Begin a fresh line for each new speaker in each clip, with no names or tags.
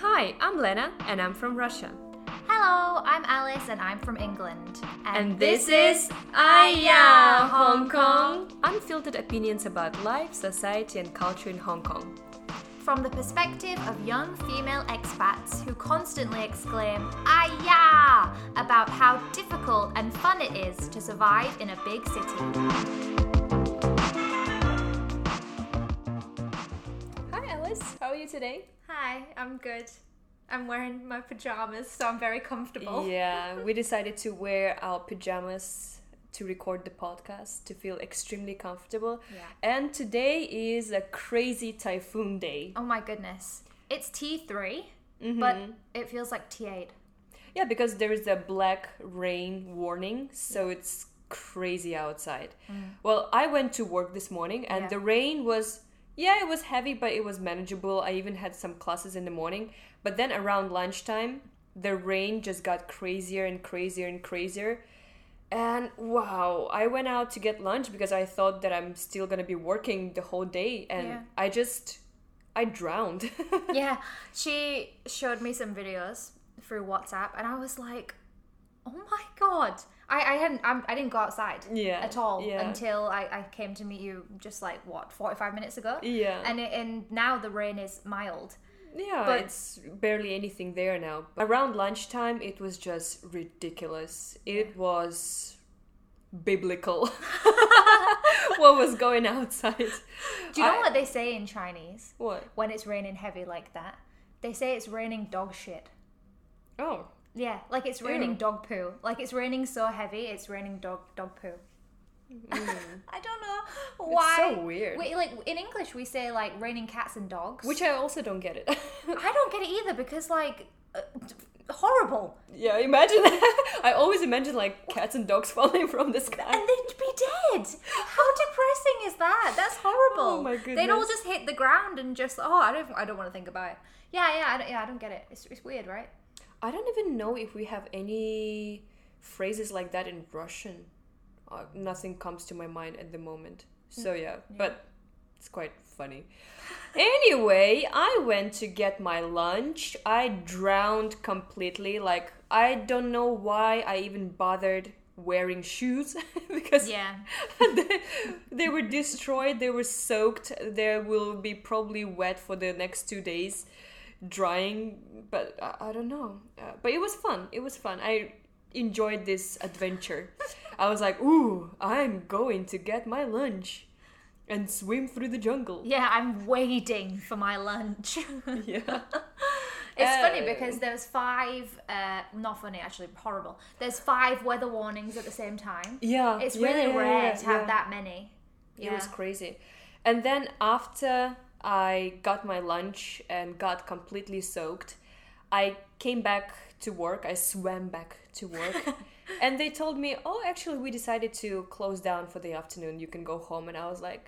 Hi, I'm Lena and I'm from Russia.
Hello, I'm Alice and I'm from England.
And this is Aya Hong Kong. Unfiltered opinions about life, society, and culture in Hong Kong.
from the perspective of young female expats who constantly exclaim, Aya! about how difficult and fun it is to survive in a big city.
Hi, Alice. How are you today?
Hi, I'm good. I'm wearing my pajamas, so I'm very
Oh.
comfortable.
Yeah, we decided to wear our pajamas to record the podcast to feel extremely comfortable.
Yeah.
And today is a crazy typhoon day.
Oh my goodness. It's T3,
Mm-hmm.
but it feels like T8.
Yeah, because there is a black rain warning, so it's crazy outside. Well, I went to work this morning and
Mm. Yeah.
the rain was yeah, it was heavy, but it was manageable. I even had some classes in the morning, but then around lunchtime, the rain just got crazier and crazier and crazier. And wow, I went out to get lunch because I thought that I'm still going to be working the whole day and
Yeah.
I just I drowned.
yeah, she showed me some videos through WhatsApp, and I was like, "Oh my god!" I, I hadn't I'm, I didn't go outside
Yeah,
at all
yeah.
until I, I came to meet you just like what 45 minutes ago.
Yeah.
and it, and now the rain is mild.
Yeah,
But-
it's barely anything there now. But around lunchtime, it was just ridiculous. It was biblical. what was going outside?
Do you know
I-
what they say in Chinese
What?
when it's raining heavy like that? They say it's raining dog shit.
Oh,
Yeah, like it's raining
Ew.
dog poo. Like it's raining so heavy, it's raining dog dog poo. I don't know why.
Mm. so weird.
We, like in English, we say like raining cats and dogs.
which I also don't get it.
I don't get it either because like uh, d- horrible,
yeah, imagine. I always imagine like cats and dogs falling from the
and
sky.
they'd be dead. How depressing is that? That's horrible.
Oh my
They'd all
goodness.
just hit the ground and just oh, I don't, I don't want to think about it. Yeah, yeah, I don't, yeah, I don't get it. It's, it's weird, right?
I don't even know if we have any phrases like that in Russian. Uh, nothing comes to my mind at the moment. So yeah, but it's quite funny. anyway, I went to get my lunch. I drowned completely. Like I don't know why I even bothered wearing shoes because
Yeah,
they, they were destroyed they were soaked they will be probably wet for the next two days drying but i, I don't know uh, but it was fun it was fun i enjoyed this adventure i was like ooh i'm going to get my lunch and swim through the jungle
yeah. I'm waiting for my lunch.
yeah
It's funny
Uh,
because there's five, uh, not funny actually, horrible. There's five weather warnings at the same time.
yeah
It's
yeah,
really
yeah,
rare
yeah,
to have
yeah.
that many.
It was crazy. And then after I got my lunch and got completely soaked, I came back to work. I swam back to work. and they told me, "Oh, actually we decided to close down for the afternoon. You can go home." And I was like,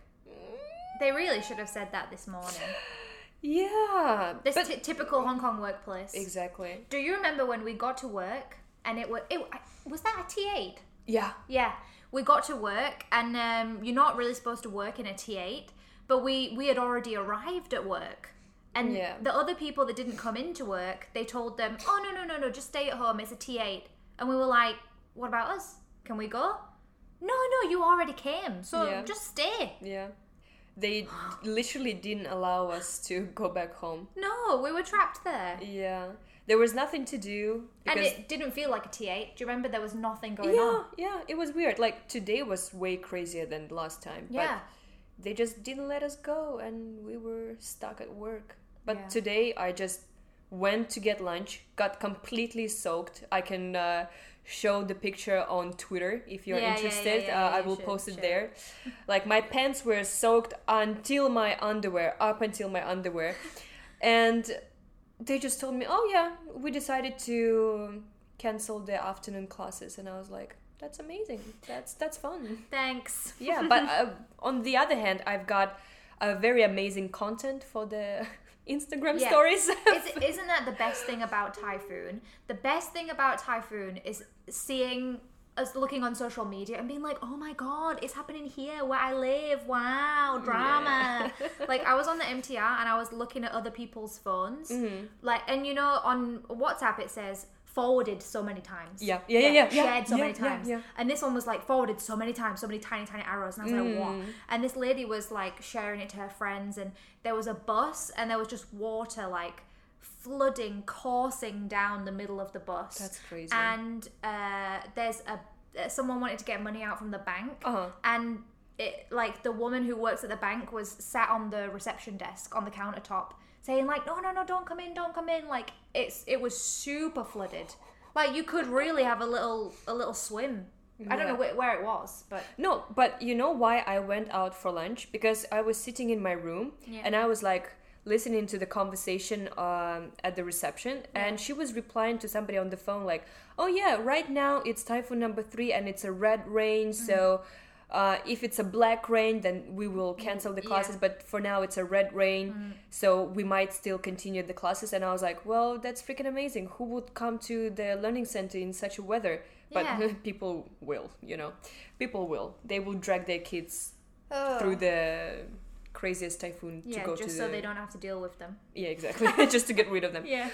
They really should have said that this morning.
"Yeah."
This
but
ty- typical Hong Kong workplace.
exactly.
Do you remember when we got to work and it was it was that a T eight?
Yeah.
Yeah, we got to work and um, you're not really supposed to work in a T eight, but we we had already arrived at work. And
Yeah.
the other people that didn't come into work, they told them, "Oh no no no no, just stay at home. It's a T eight. And we were like, "What about us? Can we go?" No no, you already came, so
Yeah.
just stay.
Yeah. They literally didn't allow us to go back home.
No, we were trapped there.
Yeah. There was nothing to do
And
because
it didn't feel like a T8. Do you remember there was nothing going
yeah,
on?
yeah, it was weird. Like today was way crazier than last time.
Yeah.
But they just didn't let us go and we were stuck at work. But
Yeah.
today I just went to get lunch, got completely soaked. I can uh, show the picture on Twitter if you're
Yeah, yeah, yeah,
interested.
yeah,
uh, I
you
will
should
post it
share.
there. Like my pants were soaked until my underwear, up until my underwear. and they just told me, "Oh yeah, we decided to cancel the afternoon classes," and I was like, "That's amazing. That's that's fun."
Thanks.
Yeah, but uh, on the other hand, I've got a very amazing content for the Instagram
Yeah.
stories.
Is, isn't that the best thing about Typhoon? The best thing about Typhoon is seeing as looking on social media and being like, "Oh my god, it's happening here where I live! Wow, drama!" like I was on the MTR and I was looking at other people's phones,
Mm-hmm.
like, and you know, on WhatsApp it says forwarded so many times.
Yeah. Yeah, yeah, yeah, yeah,
Shared so
yeah,
many
yeah,
times.
yeah.
And this one was like forwarded so many times, so many tiny, tiny arrows, and I was like,
Mm.
"What?" And this lady was like sharing it to her friends, and there was a bus, and there was just water like flooding, coursing down the middle of the bus.
That's crazy.
And uh, there's a uh, someone wanted to get money out from the bank,
Uh-huh.
and it like the woman who works at the bank was sat on the reception desk on the countertop saying like, no, no, no, don't come in, don't come in. Like it's it was super flooded. Like you could really have a little a little swim. I don't know where, where it was, but
No, but you know why I went out for lunch? Because I was sitting in my room
Yeah.
and I was like listening to the conversation um, at the reception, and she was replying to somebody on the phone like, "Oh yeah, right now it's typhoon number three and it's a red rain, so." Uh, if it's a black rain, then we will cancel the
Mm-hmm. yeah.
classes. But for now, it's a red rain, so we might still continue the classes. And I was like, "Well, that's freaking amazing! Who would come to the learning center in such a weather?" But
Yeah.
people will, you know. People will. They will drag their kids
oh.
through the craziest typhoon to
yeah,
go
just
to
so
the...
they don't have to deal with them.
Yeah, exactly. just to get rid of them.
Yeah,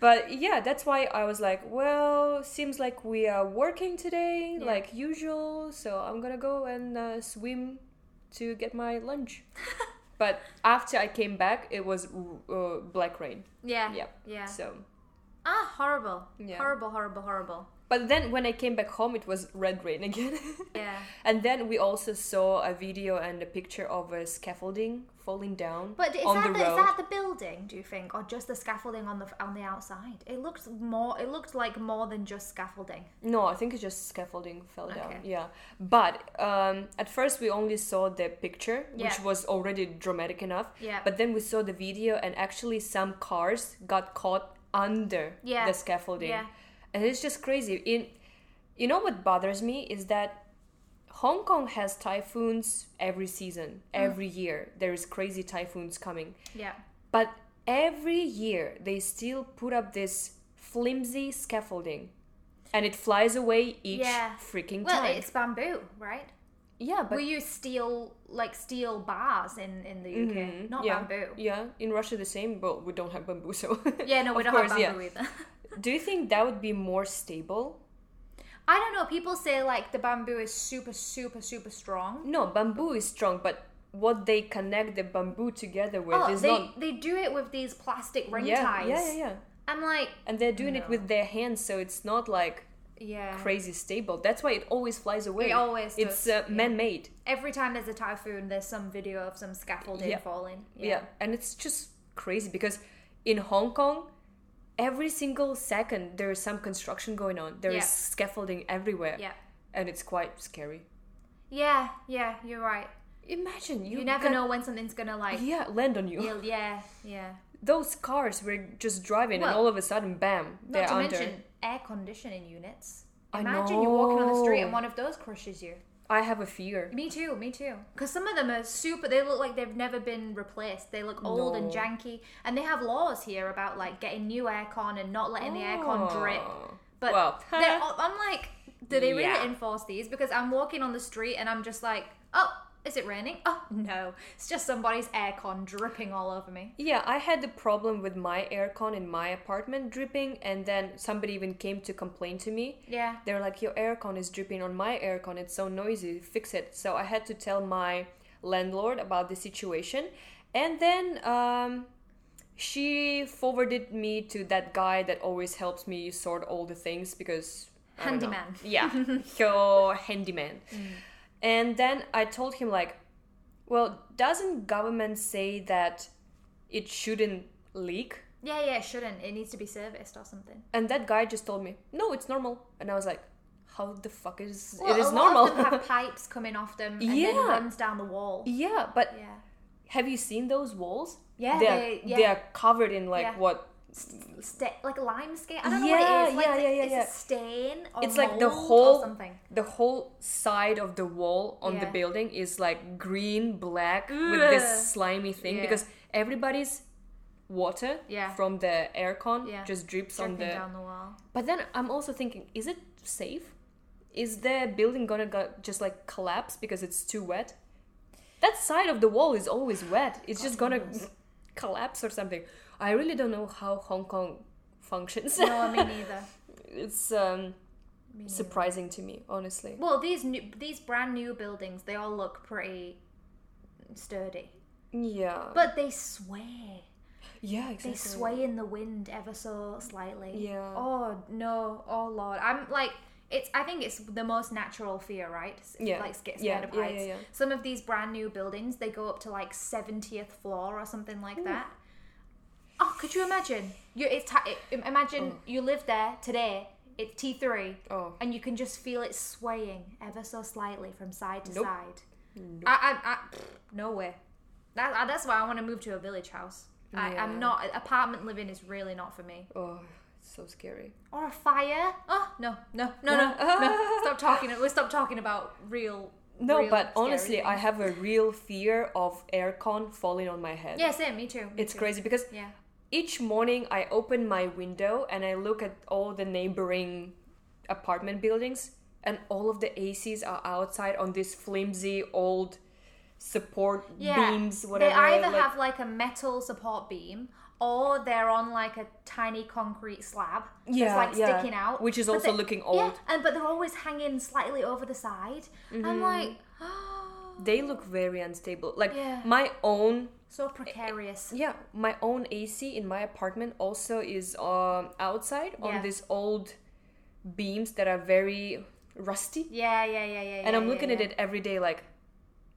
But yeah, that's why I was like, well, seems like we are working today
Yeah.
like usual, so I'm going to go and uh, swim to get my lunch. but after I came back, it was uh, black rain.
yeah,
Yeah.
yeah.
So,
Ah, horrible,
Yeah.
horrible, horrible, horrible.
but then when I came back home, it was red rain again.
Yeah.
And then we also saw a video and a picture of a scaffolding falling down
But is
on
that the,
the
is
road.
that the building? Do you think, or just the scaffolding on the on the outside? It looked more. It looked like more than just scaffolding.
No, I think it's just scaffolding fell down.
Okay.
Yeah. But um, at first we only saw the picture, which
Yeah.
was already dramatic enough.
Yeah.
But then we saw the video, and actually some cars got caught under
Yeah.
the scaffolding.
Yeah.
And it's just crazy. In you know what bothers me is that Hong Kong has typhoons every season,
Mm.
every year. There is crazy typhoons coming.
Yeah.
But every year they still put up this flimsy scaffolding and it flies away each
Yeah.
freaking
Well,
time.
it's bamboo, right?
yeah, but
we use steel, like steel bars in in the UK, not
mm-hmm, yeah,
bamboo.
Yeah, in Russia the same, but we don't have bamboo, so
Yeah, no, we
of
don't
course,
have bamboo
yeah.
either.
Do you think that would be more stable?
I don't know. People say like the bamboo is super, super, super strong.
No, bamboo is strong, but what they connect the bamboo together with
Oh,
is
they
not.
they do it with these plastic ring
Yeah,
ties.
yeah, yeah, yeah.
I'm like,
And they're doing it
No.
with their hands, so it's not like
yeah.
crazy stable. That's why it always flies away.
always
It's uh,
does, yeah.
man-made.
Every time there's a typhoon, there's some video of some scaffolding
Yeah.
falling.
yeah. and it's just crazy because in hong kong every single second there is some construction going on There is
Yeah.
scaffolding everywhere
Yeah.
and it's quite scary
Yeah, yeah, you're right.
imagine you,
You, never
got-
know when something's gonna like.
yeah land on you
Yeah, yeah. yeah.
those cars were just driving and
Well,
all of a sudden bam
Not
they're
to
under
mention air conditioning units.
I
Imagine you're walking on the street and
know.
one of those crushes you.
i have a fear
Me too, me too. Because some of them are super. They look like they've never been replaced. They look old and
No.
janky, and they have laws here about like getting new aircon and not letting the aircon drip.
Oh.
But
Well,
they're, all- I'm like, do they really
Yeah.
enforce these? Because I'm walking on the street and I'm just like, oh, is it raining? Oh no, it's just somebody's aircon dripping all over me.
Yeah, I had the problem with my aircon in my apartment dripping, and then somebody even came to complain to me.
Yeah.
They're like, Your aircon is dripping on my aircon, it's so noisy, fix it. So I had to tell my landlord about the situation, and then um, she forwarded me to that guy that always helps me sort all the things because. I don't know.
Handyman.
Yeah, your handyman. And then I told him, like, well, doesn't government say that it shouldn't leak?
Yeah, yeah, it shouldn't. It needs to be serviced or something.
And that guy just told me, no, it's normal. And I was like, how the fuck is
Well,
it is
a lot
normal?
of them have pipes coming off them and then
Yeah.
runs down the wall.
yeah, but
Yeah.
have you seen those walls?
Yeah,
they're,
they- yeah.
they're covered in like
Yeah.
what?
Sta like lime stain. I don't know what it
Yeah,
is. Like,
yeah,
the-
yeah, yeah,
it's
yeah.
a stain or
It's like the
mold or
whole
something.
the whole side of the wall on the
Yeah.
building is like green black with
Ugh.
this slimy thing
Yeah.
because everybody's water
Yeah.
from the aircon
Yeah.
just drips on
Dripping
the
down the wall.
But then I'm also thinking, is it safe? is the building gonna go, just like collapse because it's too wet? That side of the wall is always wet. It's just gonna collapse or something. I really don't know how Hong Kong functions.
No, me neither.
it's um,
Me neither.
surprising to me, honestly.
Well, these new, these brand new buildings, they all look pretty sturdy,
Yeah.
but they sway.
yeah, exactly.
They sway in the wind ever so slightly.
Yeah.
Oh no! Oh lord! I'm like it's. I think it's the most natural fear, right? S-
Yeah.
Like get scared
Yeah,
of
yeah,
heights.
yeah, yeah.
Some of these brand new buildings, they go up to like seventieth floor or something like that. Oh, could you imagine? You it's ta- i- imagine you live there today. It's T three.
Oh.
And you can just feel it swaying ever so slightly from side to
Nope.
side. I, I, I, pfft, no way. That, I- that's why I want to move to a village house. I,
Yeah.
I'm not apartment living is really not for me.
Oh, it's so scary.
Or a fire? Oh no, no, no, no, no! Stop talking. We'll stop talking about real.
No,
real
but
scary
honestly, I
things.
have a real fear of aircon falling on my head.
Yeah, same. Me too. me
It's
too.
crazy because
Yeah.
each morning I open my window and I look at all the neighboring apartment buildings and all of the ACs are outside on these flimsy old support
Yeah.
beams, whatever.
They either
like-
have like a metal support beam. Or they're on like a tiny concrete slab
Yeah,
that's like
yeah.
sticking out,
Which is
But
also
they-
looking
Yeah,
old.
and but they're always hanging slightly over the side.
Mm-hmm.
I'm like,
they look very unstable. Like
Yeah.
my own
so precarious.
Yeah, my own AC in my apartment also is um, outside
Yeah.
on these old beams that are very rusty.
Yeah, yeah, yeah, yeah.
And I'm looking at it every day like,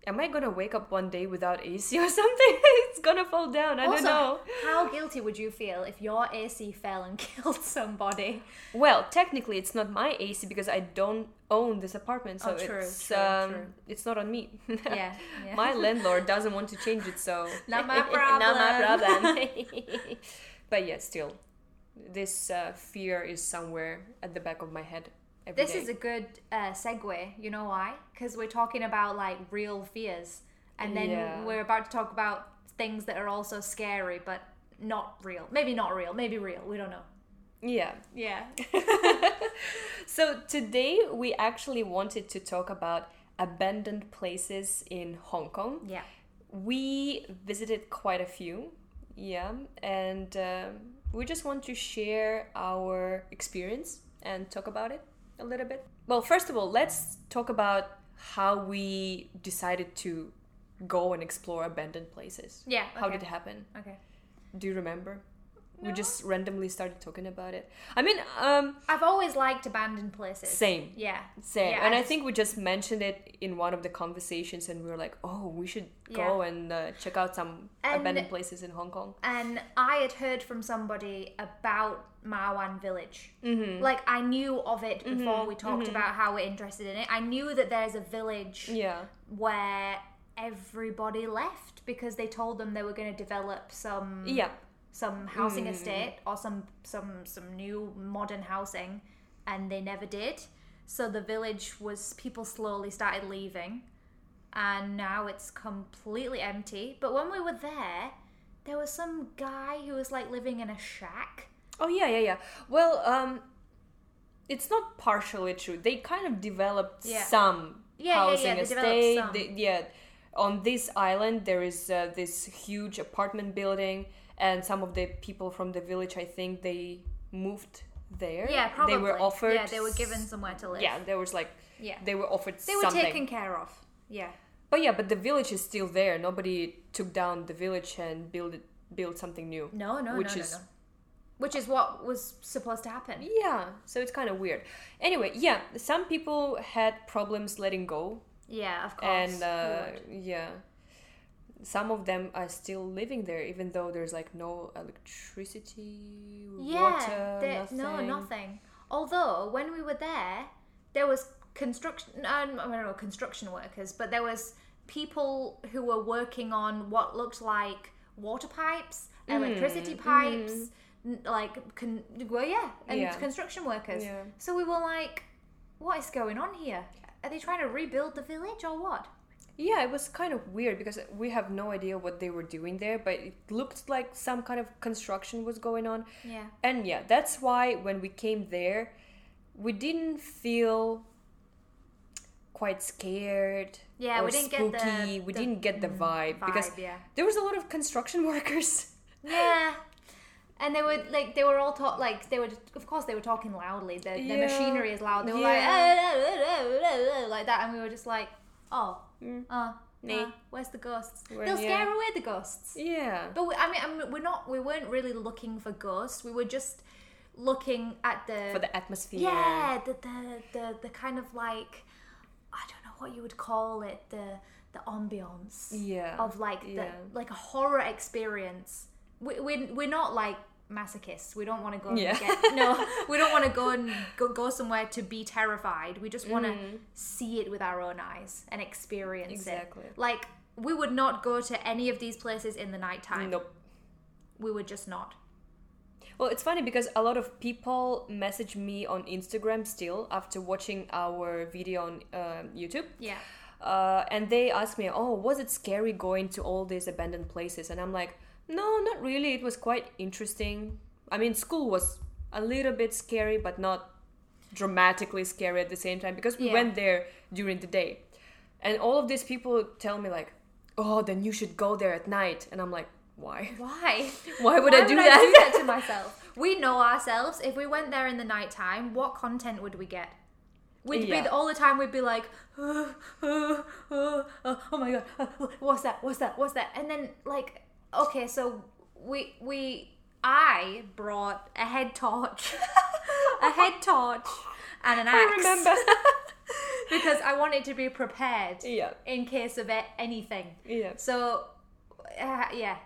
am I gonna wake up one day without AC or something? it's gonna fall down. I
also,
don't know.
How guilty would you feel if your AC fell and killed somebody?
Well, technically, it's not my AC because I don't own this apartment, so
Oh, true,
it's
true,
um,
true.
it's not on me.
Yeah, yeah.
my landlord doesn't want to change it, so
Not my
not
problem.
my problem. but yeah, still, this uh, fear is somewhere at the back of my head. every
This
day.
is a good uh, segue. You know why? Because we're talking about like real fears, and then
Yeah.
we're about to talk about things that are also scary but not real. Maybe not real. Maybe real. We don't know.
yeah.
Yeah.
So today we actually wanted to talk about abandoned places in Hong Kong.
Yeah.
we visited quite a few yeah and um, we just want to share our experience and talk about it a little bit well first of all let's talk about how we decided to go and explore abandoned places
Yeah.
how
okay.
did it happen
Okay.
do you remember we
No.
just randomly started talking about it i mean um
I've always liked abandoned places.
same
Yeah.
same
Yeah,
and
I
i
just-
think we just mentioned it in one of the conversations and we were like oh we should go and uh, check out some
And-
abandoned places in hong kong
and I had heard from somebody about Marwan Village. Mm-hmm. Like I knew of it before we talked about how we're interested in it. I knew that there's a village
Yeah.
where everybody left because they told them they were going to develop some
Yeah.
some housing
Hmm.
estate or some some some new modern housing and they never did so the village was people slowly started leaving and now it's completely empty but when we were there there was some guy who was like living in a shack
Oh yeah, yeah, yeah. Well, um it's not partially true. They kind of developed
Yeah.
some
Yeah, yeah,
housing
yeah, they developed
estate.
some.
They- yeah. On this island there is uh, this huge apartment building and some of the people from the village I think they moved there.
yeah probably
They were offered
yeah they were given somewhere to live
Yeah, there was like
yeah
they were offered
they were
something.
taken care of yeah
But yeah, but the village is still there. Nobody took down the village and built it, built something new.
no no
Which
no,
is-
no, no. which is what was supposed to happen
Yeah, so it's kind of weird. Anyway, yeah, some people had problems letting go,
yeah of course
and
you
uh,
would.
yeah, some of them are still living there, even though there's like no electricity, water,
there-
nothing.
no, nothing. Although when we were there, there was construction. Uh, I don't know, construction workers, but there was people who were working on what looked like water pipes, electricity pipes, n like con- well, yeah, and
Yeah.
construction workers.
Yeah.
So we were like, "What is going on here? Are they trying to rebuild the village or what?"
Yeah, it was kind of weird because we have no idea what they were doing there, but it looked like some kind of construction was going on.
Yeah,
And yeah, that's why when we came there, we didn't feel quite scared.
Yeah,
or
we didn't get the-
spooky. we
the- mm,
didn't get the vibe, because
Vibe, yeah.
there was a lot of construction workers.
Yeah. And they were like, they were all talk like they were. Of course, they were talking loudly. The, the
Yeah.
machinery is loud. They were
Yeah.
like, "Ah, like that, and we were just like, oh,
Mm.
uh,
Nee.
uh, where's the ghosts?
We're-
They'll
yeah.
scare away the ghosts.
Yeah.
But we, I, mean, I mean, we're not. We weren't really looking for ghosts. We were just looking at the,
For the atmosphere.
yeah, the, the the the kind of like I don't know what you would call it the the ambiance
Yeah.
of like the
yeah.
like a horror experience. We we we're not like masochists. We don't want to go.
Yeah.
And get, no, we don't want to go and go, go somewhere to be terrified. We just want to
Mm.
see it with our own eyes and experience
Exactly.
it. Like we would not go to any of these places in the nighttime.
Nope.
We would just not.
Well, it's funny because a lot of people message me on Instagram still after watching our video on um YouTube.
Yeah.
Uh, and they ask me, "Oh, was it scary going to all these abandoned places?" And I'm like, "No, not really. It was quite interesting. I mean, school was a little bit scary, but not dramatically scary at the same time because we
Yeah.
went there during the day." And all of these people tell me like, "Oh, then you should go there at night." And I'm like, "Why?
Why?
Why would I do
I do
that?"
that to myself? We know ourselves. If we went there in the nighttime, what content would we get? We'd
Yeah.
be all the time. We'd be like, "Uh, uh, uh, uh, oh my god, uh, what's that? What's that? What's that? And then like, okay, so we we I brought a head torch, a head torch, and an axe.
I remember.
because I wanted to be prepared
yeah.
in case of a- anything.
Yeah.
So, uh, yeah,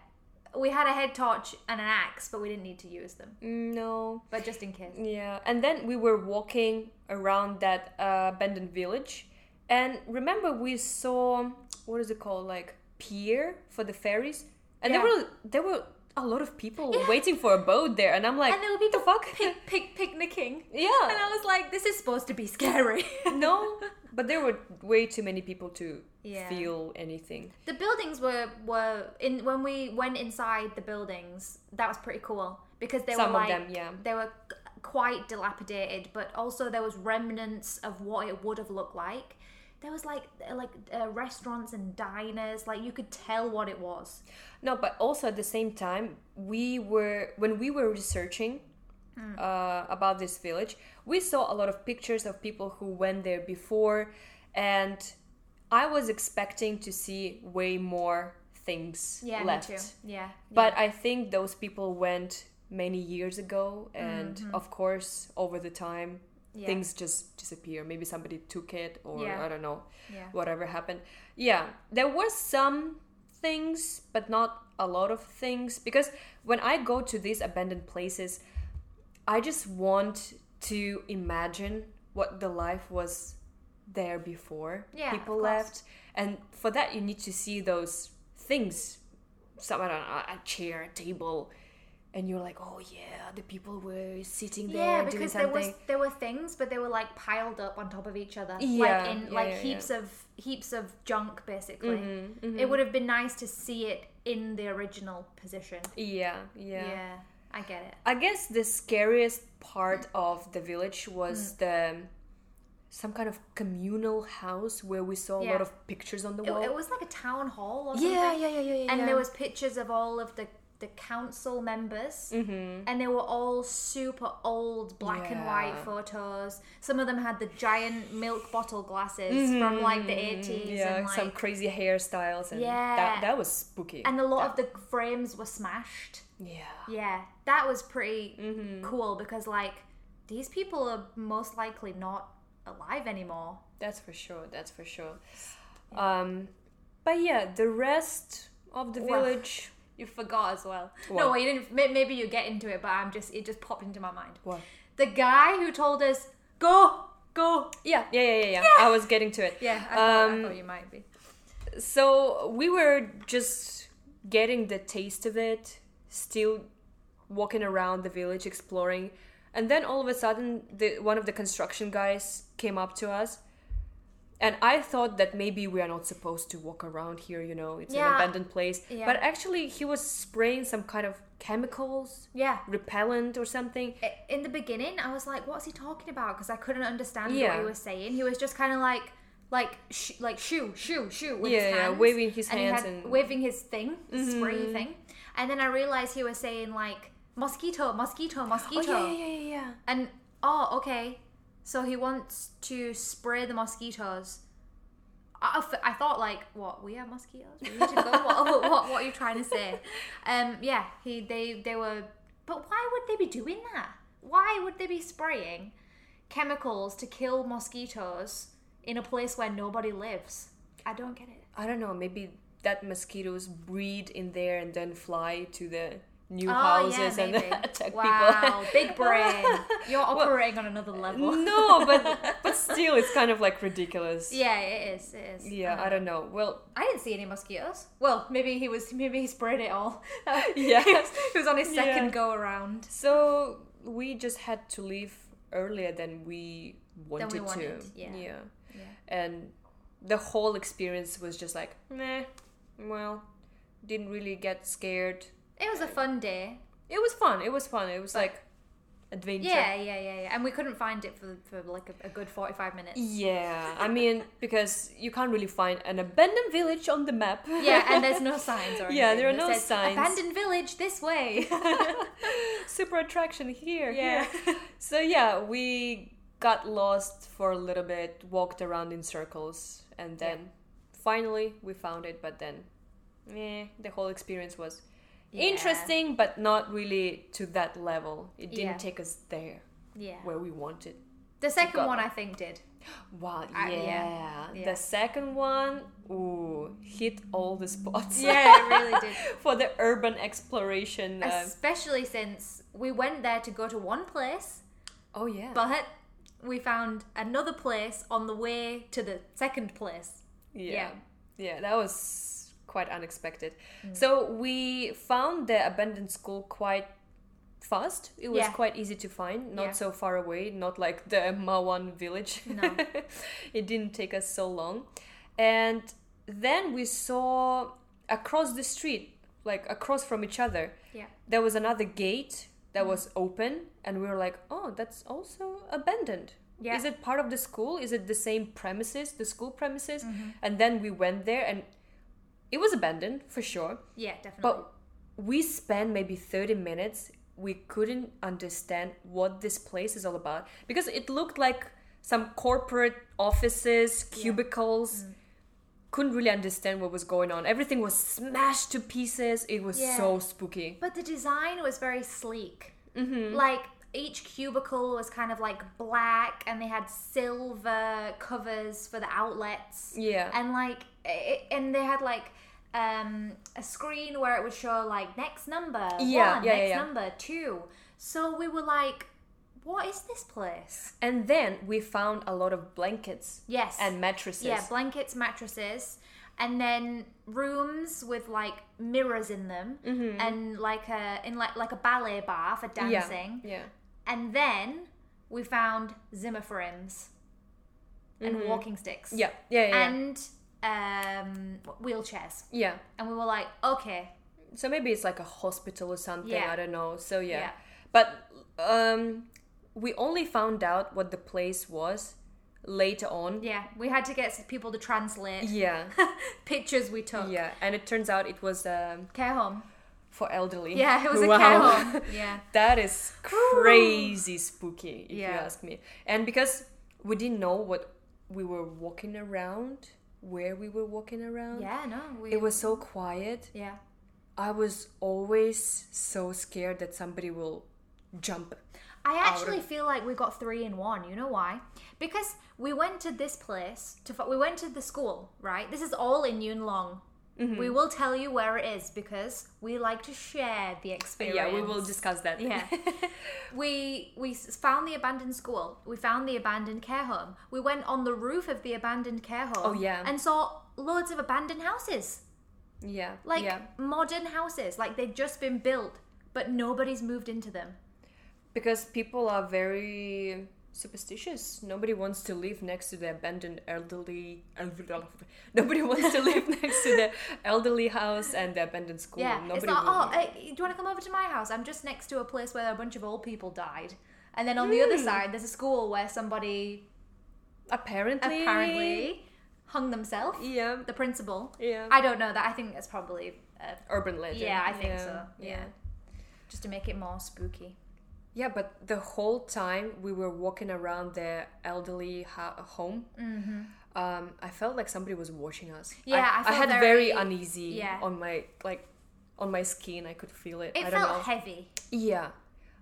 we had a head torch and an axe, but we didn't need to use them.
No.
But just in case.
Yeah, and then we were walking around that uh, abandoned village, and remember we saw what is it called, like pier for the ferries, and there
Yeah.
were there were a lot of people
Yeah.
waiting for a boat there, and I'm like,
And there were people
the fuck,
pic- pic- picnicking. And
yeah,
I was like, this is supposed to be scary.
no, but there were way too many people to
Yeah.
feel anything.
the buildings were were in when we went inside the buildings. That was pretty cool because they
Some
were
of
like
them, yeah.
they were c- quite dilapidated, but also there was remnants of what it would have looked like. There was like like uh, restaurants and diners. Like you could tell what it was.
No, but also at the same time, we were when we were researching
Mm.
uh, about this village, we saw a lot of pictures of people who went there before, and I was expecting to see way more things
Yeah,
left.
me too. Yeah,
But I think those people went many years ago, and of course, over the time,
Mm-hmm. yeah.
things just disappear. Maybe somebody took it, or
Yeah.
I don't know
Yeah.
whatever happened. Yeah, there were some things, but not a lot of things. Because when I go to these abandoned places, I just want to imagine what the life was there before
Yeah, of
people
course.
left. And for that, you need to see those things some, I don't know, a chair, a table. And you're like, oh yeah, the people were sitting there
Yeah,
doing
because there
something.
was there were things, but they were like piled up on top of each other,
Yeah,
like in
yeah,
like
yeah, Mm-hmm,
heaps of heaps of junk, basically. It would have been nice to see it in the original position.
yeah,
Yeah,
yeah.
I get it.
I guess the scariest part of the village
Hmm.
was the um, some kind of communal house where we saw a lot
Yeah.
of pictures on the
it.
wall.
It was like a town hall or
yeah,
something,
yeah, yeah, yeah, yeah.
and
yeah.
there was pictures of all of the the council members, and they were all super old black and white
Mm-hmm. Yeah.
photos. Some of them had the giant milk bottle glasses from like the eighties.
Mm-hmm. yeah,
and, like,
some crazy hairstyles and that
Yeah.
that was spooky.
and a lot of the frames were smashed.
yeah.
Yeah, that was pretty cool because like these people are most likely not alive anymore.
That's for sure. That's for sure. Um but yeah, the rest of the
Well,
village
You forgot as well.
What?
No, well, you didn't. may- Maybe you get into it, but I'm just it just popped into my mind.
What?
The guy who told us go go.
Yeah, yeah, yeah, yeah, yeah. I was getting to it.
Yeah, I, thought,
Um,
I thought you might be.
so we were just getting the taste of it still walking around the village exploring and then all of a sudden the, one of the construction guys came up to us and i thought that maybe we are not supposed to walk around here you know it's an
Yeah.
abandoned place
Yeah.
but actually he was spraying some kind of chemicals
Yeah.
repellent or something
I- In the beginning, I was like, "What's he talking about?" Because I couldn't understand
Yeah.
what he was saying. He was just kind of like, like sh- like shoo shoo shoo with
yeah,
his
yeah,
hands.
waving his
and he
hands
had
and
waving his thing, his spray
Mhm.
thing. And then I realized he was saying like mosquito, mosquito,
oh
mosquito.
yeah, yeah, yeah, yeah.
And oh, okay. So he wants to spray the mosquitoes. I, I f- I thought like, what? We are mosquitoes. We need to go. what, what, what, what are you trying to say? Um, yeah. He they they were. But why would they be doing that? Why would they be spraying chemicals to kill mosquitoes in a place where nobody lives? I don't get it.
I don't know. Maybe that mosquitoes breed in there and then fly to the new
Oh,
houses
yeah,
and
maybe.
attack
wow, big brain. You're
Well,
operating on another level.
people. no, but but still, it's kind of like ridiculous.
yeah, Uh-huh. it is. It is.
Yeah, I don't know. Well,
I didn't see any mosquitoes. Well, maybe he was maybe he sprayed it all.
Yeah.
he was, he was on his second
Yeah.
go around.
so we just had to leave earlier than we wanted
wanted,
to.
yeah.
yeah.
Yeah.
And the whole experience was just like, meh. Well, didn't really get scared.
It was a fun day.
It was fun. It was fun. It was like adventure.
Yeah, yeah, yeah, yeah. And we couldn't find it for for like a, a good forty five minutes.
Yeah, I mean because you can't really find an abandoned village on the map.
Yeah, and there's no signs or anything.
Yeah, there are
that
no
says,
signs.
Abandoned village this way.
super attraction here.
yeah.
here. So yeah, we got lost for a little bit, walked around in circles, and then finally we found it. But then, eh, the whole experience was
Yeah.
interesting, but not really to that level. It didn't
Yeah.
take us there
Yeah.
where we wanted.
The second
got-
one I think did.
Wow,
I- yeah,
yeah.
yeah.
The second one, ooh, hit all the spots.
Yeah, it really did.
for the urban exploration. Uh,
Especially since we went there to go to one place
oh yeah.
But we found another place on the way to the second place.
yeah. Yeah, that was quite unexpected. So we found the abandoned school quite fast. It was
Yeah.
quite easy to find, not
Yeah.
so far away, not like the Mawan village.
No.
it didn't take us so long. And then we saw across the street, like across from each other,
Yeah.
there was another gate that was open and we were like oh that's also abandoned
Yeah.
is it part of the school is it the same premises the school premises
Mm-hmm.
and then we went there and it was abandoned for sure
Yeah, definitely.
but we spent maybe 30 minutes we couldn't understand what this place is all about because it looked like some corporate offices cubicles
Mm.
couldn't really understand what was going on everything was smashed to pieces it was
Yeah.
so spooky
But the design was very sleek. Mm-hmm. Like each cubicle was kind of like black, and they had silver covers for the outlets.
Yeah.
And like, it, and they had like um, a screen where it would show like next number,
Yeah, yeah,
one,
yeah,
next
yeah.
number, two. So we were like, what is this place?
and then we found a lot of blankets
Yes.
and mattresses.
Yeah, blankets, mattresses, and then rooms with like mirrors in them, and like a in like like a ballet bar for
Mm-hmm. Yeah,
dancing.
Yeah.
And then we found Zimmer frames and walking sticks.
Mm-hmm. Yeah. Yeah. Yeah. yeah.
And um, wheelchairs,
yeah.
and we were like, okay,
So maybe it's like a hospital or something.
Yeah.
I don't know. So yeah.
Yeah.
But um, we only found out what the place was later on.
yeah, we had to get people to translate
Yeah.
pictures we took.
yeah. And it turns out it was um,
Care home.
for elderly.
Yeah, it was a
Wow.
care home. Yeah,
That is crazy spooky, if you
Yeah.
ask me. And because we didn't know what we were walking around, where we were walking around,
yeah, no, we,
it was so quiet.
yeah.
I was always so scared that somebody will jump.
I
out
actually
of-
feel like we got three in one. You know why? Because we went to this place to fi- we went to the school, right? This is all in Yuen Long.
Mm-hmm.
We will tell you where it is because we like to share the experience.
Yeah, we will discuss that.
Yeah. we we s- found the abandoned school. We found the abandoned care home. We went on the roof of the abandoned care home.
Oh, yeah.
and saw loads of abandoned houses,
yeah.
like
yeah.
modern houses, like they've just been built, but nobody's moved into them.
Because people are very superstitious. Nobody wants to live next to the abandoned elderly. Nobody wants to live next to the elderly house and the abandoned school.
Yeah,
Mm, Nobody
it's not.
will
Oh, uh, do you want to come over to my house? I'm just next to a place where a bunch of old people died,
Mm.
and then on the other side, there's a school where somebody
apparently
apparently hung themselves.
Yeah.
The principal.
Yeah.
I don't know that. I think that's probably. Uh,
Urban legend.
yeah, I think so. Yeah.
yeah.
Just to make it more spooky.
Yeah, but the whole time we were walking around the elderly ha- home, um, I felt like somebody was watching us.
Mm-hmm. Yeah, I felt
had very,
very-
uneasy
yeah.
on my like on my skin. I could feel it.
It
I don't
felt
know.
heavy.
yeah,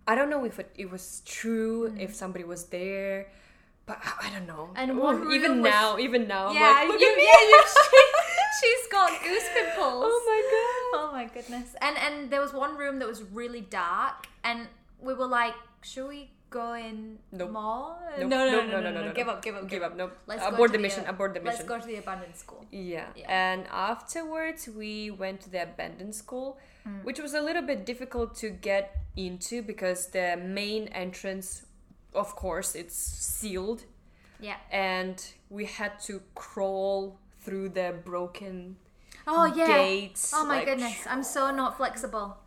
I don't know if it, it was true, if somebody was there, but I, I don't know.
Mm-hmm. And
Ooh,
one room
even
was-
now, even now, I'm
yeah,
like, look
you,
at me.
yeah, you. she's got goose pimples.
Oh my god.
Oh my goodness. And and there was one room that was really dark and we were like, should we go in
Nope.
more?
Nope,
No, no, no,
nope,
no, no, no, Give up, give up,
Give up. Nope.
Let's go
abort
to
the mission. abort the mission.
Let's go to the abandoned school.
Yeah.
Yeah.
And afterwards, we went to the abandoned school,
Mm.
which was a little bit difficult to get into because the main entrance, of course, it's sealed,
Yeah.
and we had to crawl through the broken.
Oh yeah.
Gates,
oh my
like-
goodness, I'm so not flexible.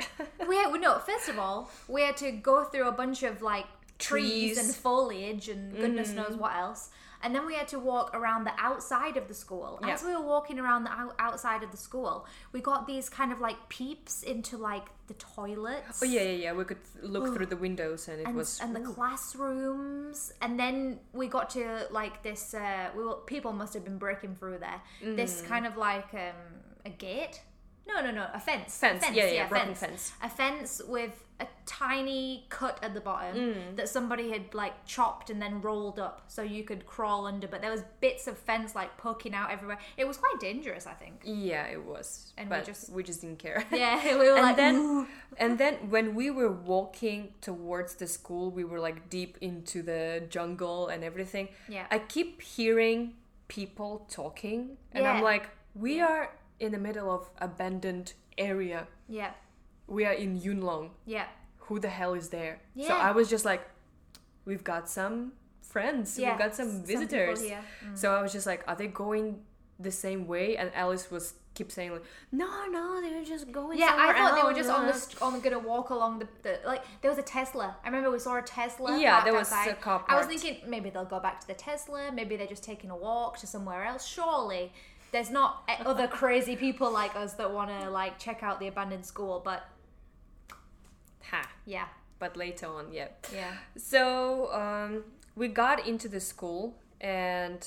we had, no, first of all, we had to go through a bunch of like trees,
Trees. Mm-hmm.
and foliage and goodness knows what else. And then we had to walk around the outside of the school.
Yeah.
As we were walking around the out- outside of the school, we got these kind of like peeps into like the toilets.
Oh yeah, yeah, yeah. We could look through the windows, and it
And,
was
and the classrooms, and then we got to like this. Uh, we were, people must have been breaking through there. This
Mm.
kind of like um, a gate. No, no, no, a fence.
Fence,
a fence
yeah, yeah, broken
fence.
fence.
A fence with a tiny cut at the bottom
Mm.
that somebody had like chopped and then rolled up so you could crawl under. But there was bits of fence like poking out everywhere. It was quite dangerous, I think.
yeah, it was.
And we
but
just-
we just didn't care.
Yeah, we were
and
like,
then
"Ooh."
and then when we were walking towards the school we were like deep into the jungle and everything
Yeah.
i keep hearing people talking and i'm
Yeah.
like we are in the middle of abandoned area
yeah,
we are in yunlong
yeah.
who the hell is there so
Yeah.
i was just like we've got some friends
Yeah,
we've got
s- some
some
people
visitors
here. Mm.
so i was just like are they going the same way and alice was keep saying like no no they're just going
Yeah, I
somewhere
thought they were
else."
just on the st- on gonna walk along the, the like there was a Tesla. I remember we saw a Tesla.
Yeah,
parked
there was
outside.
a car
I was
parked.
thinking maybe they'll go back to the Tesla. Maybe they're just taking a walk to somewhere else. Surely there's not eh, other crazy people like us that want to like check out the abandoned school. But
ha
yeah,
but later on, yeah.
yeah,
So um, we got into the school, and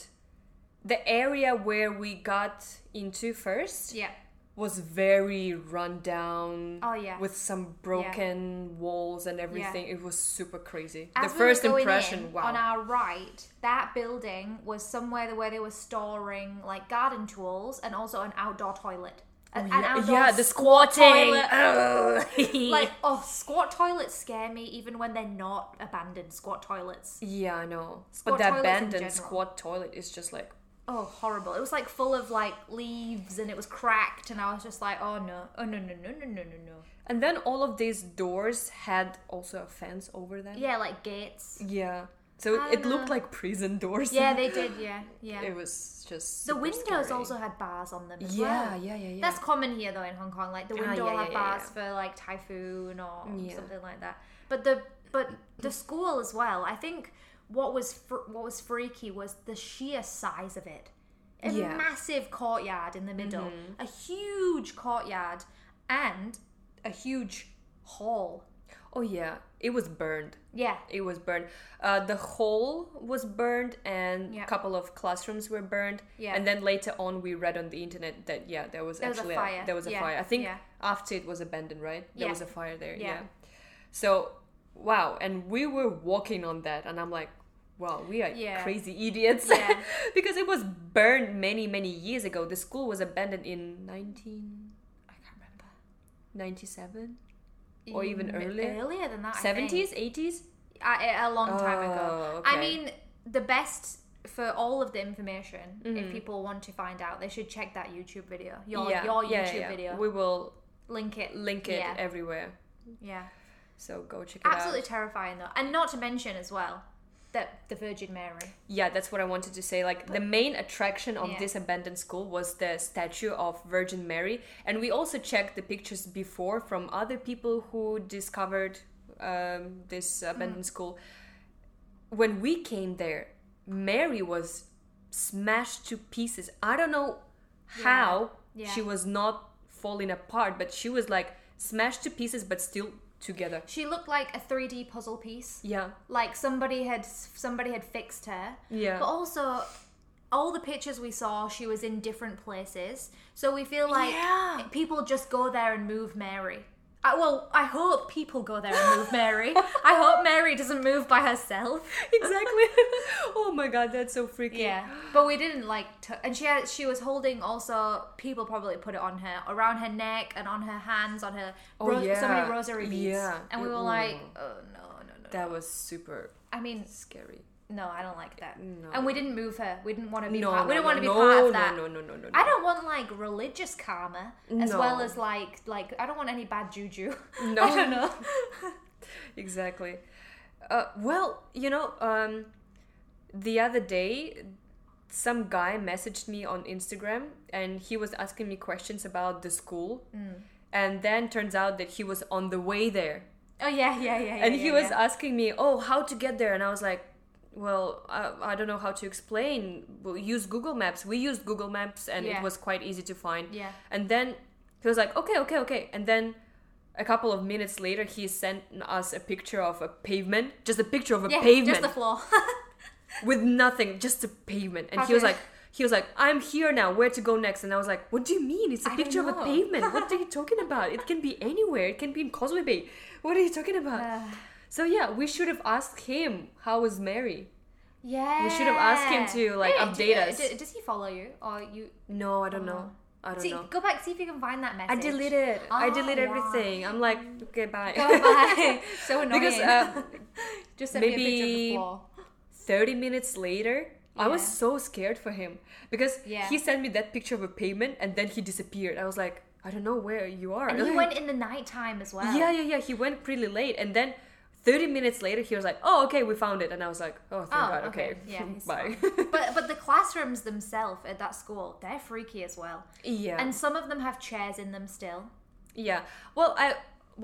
the area where we got into first
yeah,
was very run down.
Oh, yeah.
with some broken walls and everything. It was super crazy.
As
the
we were
first
going
impression,
in,
wow.
On our right, that building was somewhere where they were storing like garden tools and also an outdoor toilet. An, an
Oh, yeah,
outdoor
yeah, the squatting.
toilet.
Ugh.
like oh squat toilets scare me even when they're not abandoned squat toilets
yeah, I know.
Squat
but the
toilets in
abandoned
general.
squat toilet is just like
oh horrible it was like full of like leaves and it was cracked and i was just like oh no oh no no no no no no no
and then all of these doors had also a fence over them.
yeah like gates
Yeah. So
I
it
don't
looked
know.
like prison doors.
yeah they did yeah yeah
It was just
the
super
windows
scary.
also had bars on them as
Yeah,
well
yeah, yeah, yeah.
that's common here though in hong kong like the
Ah,
window
yeah,
will have
yeah, yeah,
bars for like typhoon or
Yeah.
something like that but the but the school as well i think what was fr- what was freaky was the sheer size of it a
Yeah. Mm-hmm.
massive courtyard in the middle, a huge courtyard, and a huge hall.
oh yeah, it was burned.
Yeah,
It was burned. Uh, the hall was burned, and
Yeah.
a couple of classrooms were burned.
Yeah.
And then later on, we read on the internet that yeah, there was
There was a
actually
fire.
there was a
Yeah,
fire. I think
yeah.
after it was abandoned, right? There
Yeah.
was a fire there.
Yeah.
Yeah. So wow, and we were walking on that, and I'm like. Wow, we are
Yeah.
crazy idiots.
Yeah.
because it was burned many, many years ago. The school was abandoned in 19,
I can't remember.
97 Or even earlier?
Mm, Earlier than that, I think.
70s 80s
I, a long time ago.
Oh,
I
okay.
mean, the best for all of the information.
Mm-hmm.
If people want to find out, they should check that YouTube video. Your your YouTube video.
we will
link it.
link it
Yeah.
everywhere
yeah.
so go check it
Absolutely
out
terrifying though, and not to mention as well that the Virgin Mary.
yeah that's what i wanted to say like the main attraction of
Yeah.
this abandoned school was the statue of virgin mary and we also checked the pictures before from other people who discovered um,
Hmm.
this abandoned school when we came there mary was smashed to pieces. I don't know how she was not falling apart, but she was like smashed to pieces but still together.
She looked like a 3D puzzle piece.
Yeah.
Like somebody had somebody had fixed her.
Yeah.
But also all the pictures we saw, she was in different places. So we feel like
Yeah.
people just go there and move Mary. I, well, I hope people go there and move Mary. I hope Mary doesn't move by herself.
exactly. oh my god, that's so freaky.
Yeah, but we didn't like, t- and she had, she was holding also. People probably put it on her around her neck and on her hands, on her
Oh,
so many
yeah.
rosary beads.
Yeah. Mm.
and we were
Ooh.
like, oh no, no, no.
That was super
I mean,
scary.
no, I don't like that.
No.
And we didn't move her. We didn't want to be
No,
part.
no,
we didn't want to be
no,
part
no,
of that.
No, no, no, no, no.
I don't want like religious karma as
No.
well as like like I don't want any bad juju.
No.
I don't know.
exactly. Uh, well, you know, um, the other day, some guy messaged me on Instagram and he was asking me questions about the school.
Mm.
And then turns out that he was on the way there.
Oh yeah, yeah, yeah. yeah
and
yeah,
he was
yeah.
asking me, "Oh, how to get there?" And I was like, "Well, I, I don't know how to explain. We'll use Google Maps. We used Google Maps, and
Yeah.
it was quite easy to find."
Yeah.
And then he was like, "Okay, okay, okay." And then a couple of minutes later, he sent us a picture of a pavement, just a picture of a
yeah,
pavement
just the floor.
with nothing, just a pavement. And he was
Okay.
like, he was like, "I'm here now. Where to go next?" And I was like, "What do you mean? It's a
I don't
picture of a
know."
pavement. What are you talking about? It can be anywhere. It can be in Causeway Bay. What are you talking about?"
Uh,
So yeah, we should have asked him how is Mary.
yeah.
We should have asked him to, like,
Wait,
update
do-
us.
do- uh, does he follow you or you?
No, I don't know. Oh. I don't
see,
know.
go back see if you can find that message.
I delete it. I
Ah,
delete
wow.
everything. I'm like, okay, bye.
Go bye. so annoying.
because uh,
just send me a picture of the
maybe-
floor.
30 minutes later, I was
Yeah.
so scared for him because
Yeah.
he sent me that picture of a pavement and then he disappeared. I was like, I don't know where you are.
And he went in the nighttime as well.
Yeah, yeah, yeah. He went pretty late and then. 30 minutes later he was like oh okay we found it and i was like oh thank
Oh,
god okay,
okay. Yeah, he's
bye
But but the classrooms themselves at that school, they're freaky as well.
yeah
And some of them have chairs in them still.
Yeah. Well, I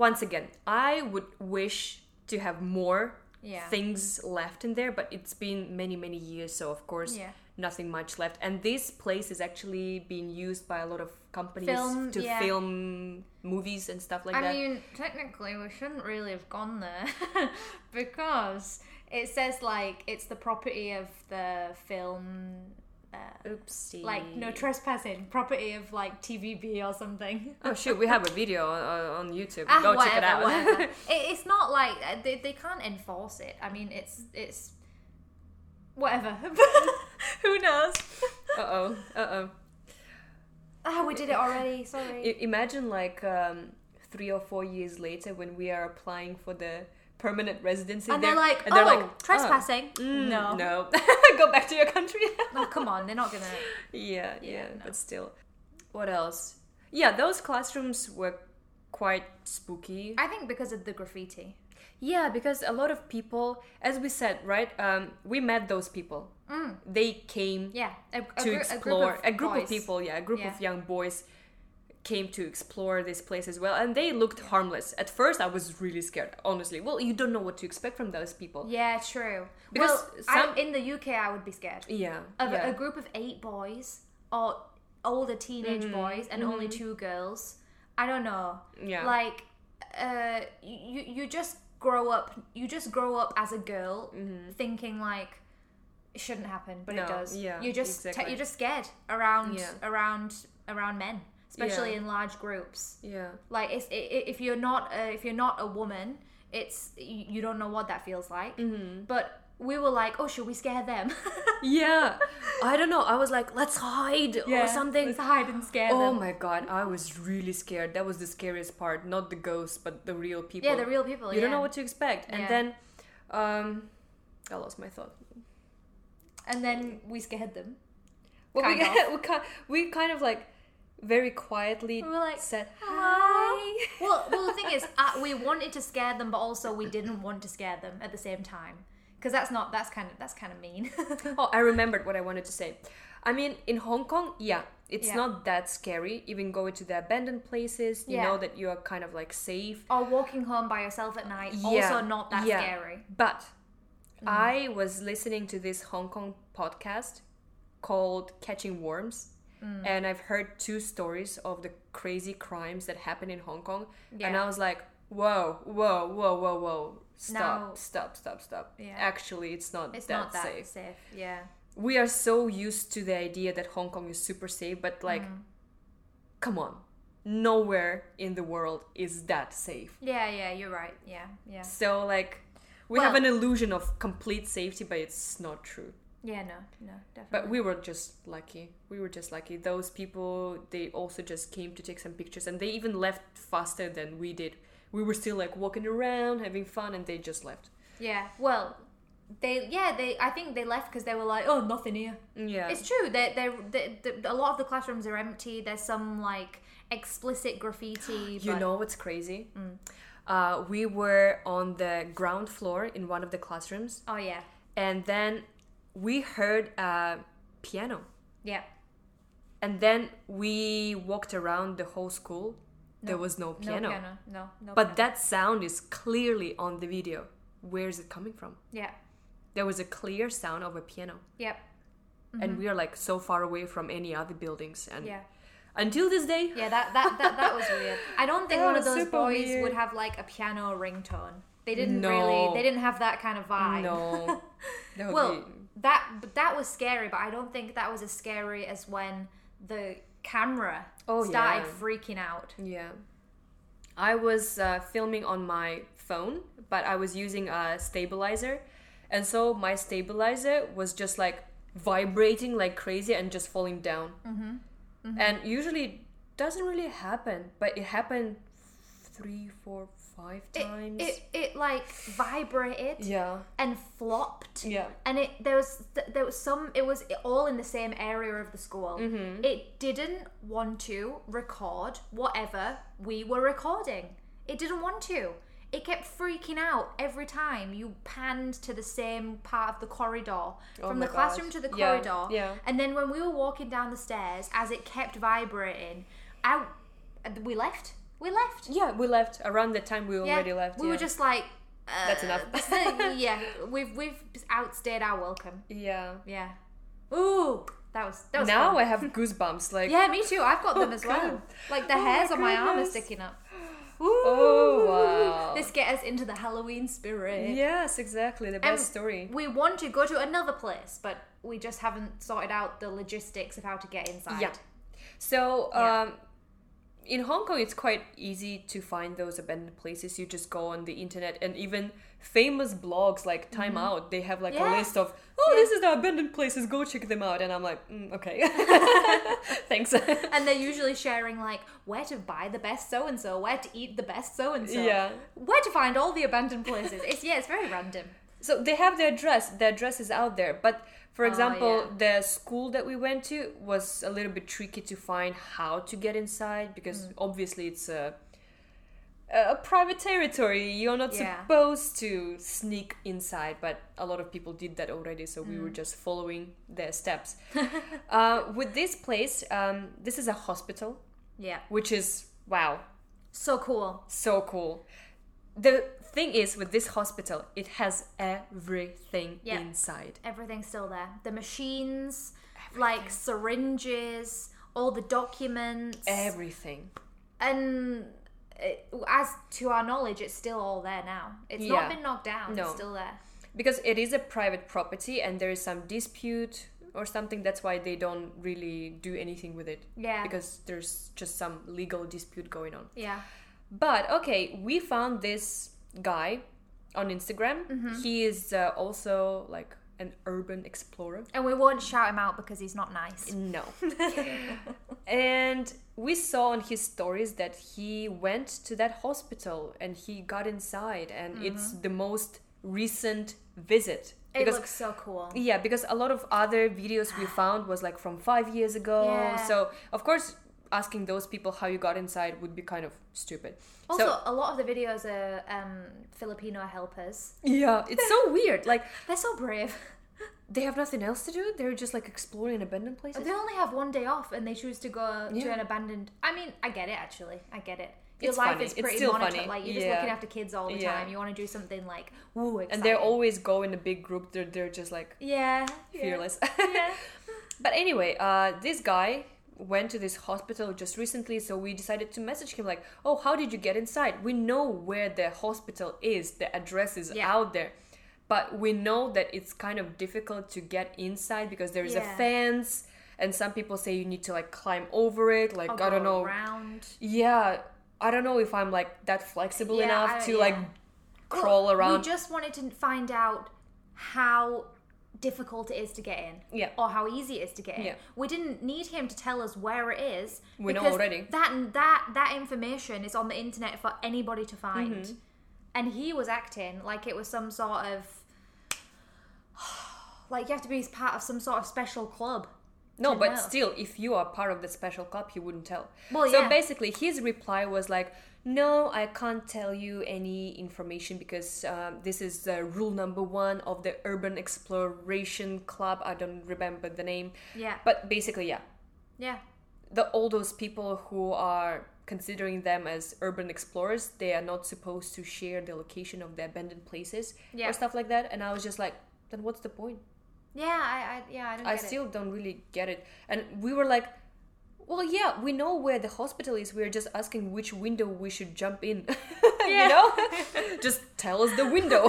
once again, I would wish to have more
Yeah.
things left in there, but it's been many, many years, so of course
Yeah.
nothing much left. And this place is actually being used by a lot of companies
Film,
to
yeah.
film movies and stuff like
I
that.
mean, technically, we shouldn't really have gone there because it says like it's the property of the film, uh,
Oopsie.
like no trespassing, property of like TVB or something.
Oh shoot, we have a video on, on YouTube.
Ah,
Go check it out.
whatever. it, it's not like uh, they, they can't enforce it. I mean, it's it's whatever. Who knows?
uh-oh. Uh-oh.
Ah, we did it already. Sorry.
I- imagine like um, 3 or 4 years later when we are applying for the permanent residency
and
there,
they're like,
and they're
oh,
like, "Oh,
trespassing.
Mm,
no. no.
No. Go back to your country.
come on, they're not gonna.
yeah, yeah,
no.
but still. What else? Yeah, those classrooms were quite spooky.
I think because of the graffiti.
Yeah, because a lot of people, as we said, right? Um, we met those people. They came
Mm. Yeah, a, a
to
gru-
explore. A group, of,
boys.
people, yeah, a group of
Yeah.
young boys came to explore this place as well, and they looked harmless. At first, I was really scared, honestly. Well, you don't know what to expect from those people.
Yeah, true.
Because
well,
some-
I, in the UK, I would be scared
Yeah,
of
yeah.
a group of eight boys or older teenage
Mm-hmm.
boys and only two girls. I don't know.
Yeah.
Like, uh, you you just grow up. You just grow up as a girl, thinking like it shouldn't happen, but
Mm-hmm. No,
it does.
yeah,
You're just te-
exactly.
you're just scared around
Yeah.
around around men, especially
Yeah.
in large groups.
yeah.
like it's, i i- if you're not uh, if you're not a woman it's you, you don't know what that feels like but we were like oh should we scare them
Yeah. I don't know. I was like, let's hide or something.
let's hide and scare
Oh
them
my god, I was really scared. That was the scariest part. Not the ghosts, but the real people.
yeah the real people
You don't
yeah.
know what to expect. And
Yeah.
then um I lost my thought.
and then we scared them
Well, we,
Kind
we, kind, we kind of like very quietly
We were like,
said
"Hi."
hi.
well well the thing is uh, we wanted to scare them but also we didn't want to scare them at the same time because that's not that's kind of that's kind of mean
Oh, I remembered what I wanted to say. I mean, in Hong Kong, yeah, it's
Yeah.
not that scary. Even going to the abandoned places, you
Yeah.
know that you are kind of like safe.
or walking home by yourself at night also not that
yeah.
scary Mm-hmm.
But I was listening to this Hong Kong podcast called Catching Worms.
Mm.
And I've heard two stories of the crazy crimes that happen in Hong Kong. And
Yeah.
I was like, whoa, whoa, whoa, whoa, whoa. Stop,
No.
stop, stop, stop.
Yeah.
Actually, it's not
It's
that
not that
safe.
safe. Yeah.
We are so used to the idea that Hong Kong is super safe, but like,
Mm.
come on. Nowhere in the world is that safe.
Yeah, yeah, you're right. Yeah, yeah.
So, like, we have
Well-
an illusion of complete safety, but it's not true.
Yeah, no, no, definitely.
But we were just lucky. We were just lucky. Those people, they also just came to take some pictures and they even left faster than we did. We were still like walking around, having fun, and they just left.
Yeah. Well, they yeah they I think they left because they were like oh nothing here.
Yeah.
It's true that they, they, they a lot of the classrooms are empty. There's some like explicit graffiti.
you
but-
know what's crazy? Uh, we were on the ground floor in one of the classrooms,
Oh yeah,
and then we heard a piano.
yeah.
And then we walked around the whole school. there was no
No
piano.
piano. No. No.
But that sound is clearly on the video. Where is it coming from?
yeah.
there was a clear sound of a piano
Yep.
and we are like so far away from any other buildings and
Mm-hmm. Yeah.
until this day
Yeah. That that that, that was weird. I don't think
That
one of
was
those
super
boys
weird.
would have like a piano ringtone. They didn't
No.
really. They didn't have that kind of vibe.
no that would
Well,
be-
that but that was scary, but I don't think that was as scary as when the camera
Oh,
started
yeah.
freaking out.
yeah i was uh, filming on my phone but i was using a stabilizer and so my stabilizer was just like vibrating like crazy and just falling down
Mm-hmm.
and usually it doesn't really happen but it happened three four five
It,
times
it it like vibrated
yeah
and flopped.
yeah
And it there was th- there was some it was all in the same area of the school.
Mm-hmm.
It didn't want to record whatever we were recording. It didn't want to. It kept freaking out every time you panned to the same part of the corridor
Oh
from
my
the classroom
gosh.
to the
Yeah,
corridor.
yeah.
And then when we were walking down the stairs, as it kept vibrating, I we left. We left.
Yeah, we left around the time we already left.
We
yeah.
were just like. Uh,
That's enough.
yeah, we've we've outstayed our welcome.
yeah.
Yeah. Ooh, that was that was.
Now
fun.
I have goosebumps. Like
Yeah, me too. I've got them as well.
God.
Like the
Oh my
hairs on my arm are
goodness.
sticking up.
Oh,
Ooh.
wow.
This gets us into the Halloween spirit.
yes, exactly. The
Um,
best story.
We want to go to another place, but we just haven't sorted out the logistics of how to get inside.
Yeah. So
Yeah.
um, in Hong Kong, it's quite easy to find those abandoned places. You just go on the internet, and even famous blogs like Time Out, they have like
Mm-hmm. Yeah.
a list of oh,
Yeah.
this is the abandoned places. Go check them out. And I'm like, mm, okay, thanks.
And they're usually sharing like where to buy the best so and so, where to eat the best so and so,
Yeah.
where to find all the abandoned places. It's yeah, it's very random.
So they have their address. Their address is out there. But for
Oh,
example, the school that we went to was a little bit tricky to find how to get inside because
Mm.
obviously it's a a private territory. You're not
Yeah.
supposed to sneak inside, but a lot of people did that already. So we were
Mm.
just following their steps. uh, with this place, um, this is a hospital,
Yeah,
which is wow,
so cool.
so cool. The thing is, with this hospital, it has everything
Yeah.
inside.
Everything's still there. The machines, like syringes, all the documents,
Eh. Everything.
and it, as to our knowledge, it's still all there now. It's not
Yeah.
been knocked down. It's
No.
still there.
Because it is a private property and there is some dispute or something, that's why they don't really do anything with it.
Yeah.
Because there's just some legal dispute going on.
Yeah.
But okay, we found this guy on Instagram.
Mm-hmm.
He is uh, also like an urban explorer.
And we won't shout him out because he's not nice.
No. and we saw on his stories that he went to that hospital and he got inside and it's the most recent visit.
Mm-hmm. It looks so cool.
yeah, because a lot of other videos we found was like from 5 years ago.
Yeah.
So, of course, asking those people how you got inside would be kind of stupid.
Also,
so,
a lot of the videos are um, Filipino helpers.
yeah, it's so weird. Like
They're so brave.
they have nothing else to do. They're just like exploring abandoned places.
They only have one day off and they choose to go to
Yeah.
an abandoned. I mean, I get it actually. I get it. Your
It's
life
funny.
is
It's
pretty
still
monitored.
funny.
Like you're just
Yeah.
looking after kids all the
Yeah.
time. You want to do something like woo exciting.
and they always go in a big group. They're, they're just like
yeah yeah.
fearless.
Yeah.
But anyway, uh, this guy went to this hospital just recently, so we decided to message him like, "Oh, how did you get inside? We know where the hospital is, the address is
Yeah.
out there." But we know that it's kind of difficult to get inside because there is
Yeah.
a fence, and some people say you need to like climb over it. Like I don't know,
Around.
yeah, I don't know if I'm like that flexible
Yeah,
enough
I-
to
yeah.
like crawl
Well,
around.
We just wanted to find out how difficult it is to get in.
Yeah.
Or how easy it is to get in.
Yeah.
We didn't need him to tell us where it is.
We know
because
already.
That that that information is on the internet for anybody to find.
Mm-hmm.
And he was acting like it was some sort of like you have to be part of some sort of special club.
No,
to
but
know.
still, if you are part of the special club, he wouldn't tell.
Well,
so
yeah.
basically, his reply was like, "No, I can't tell you any information because um, this is uh, rule number one of the Urban Exploration Club. I don't remember the name,
Yeah.
but basically, yeah,
Yeah.
the all those people who are considering them as urban explorers, they are not supposed to share the location of the abandoned places
Yeah.
or stuff like that. And I was just like, then what's the point?
Yeah, I, I yeah, I don't
I
get it.
still don't really get it. And we were like, well, yeah, we know where the hospital is. We're just asking which window we should jump in.
Yeah.
you know? just tell us the window.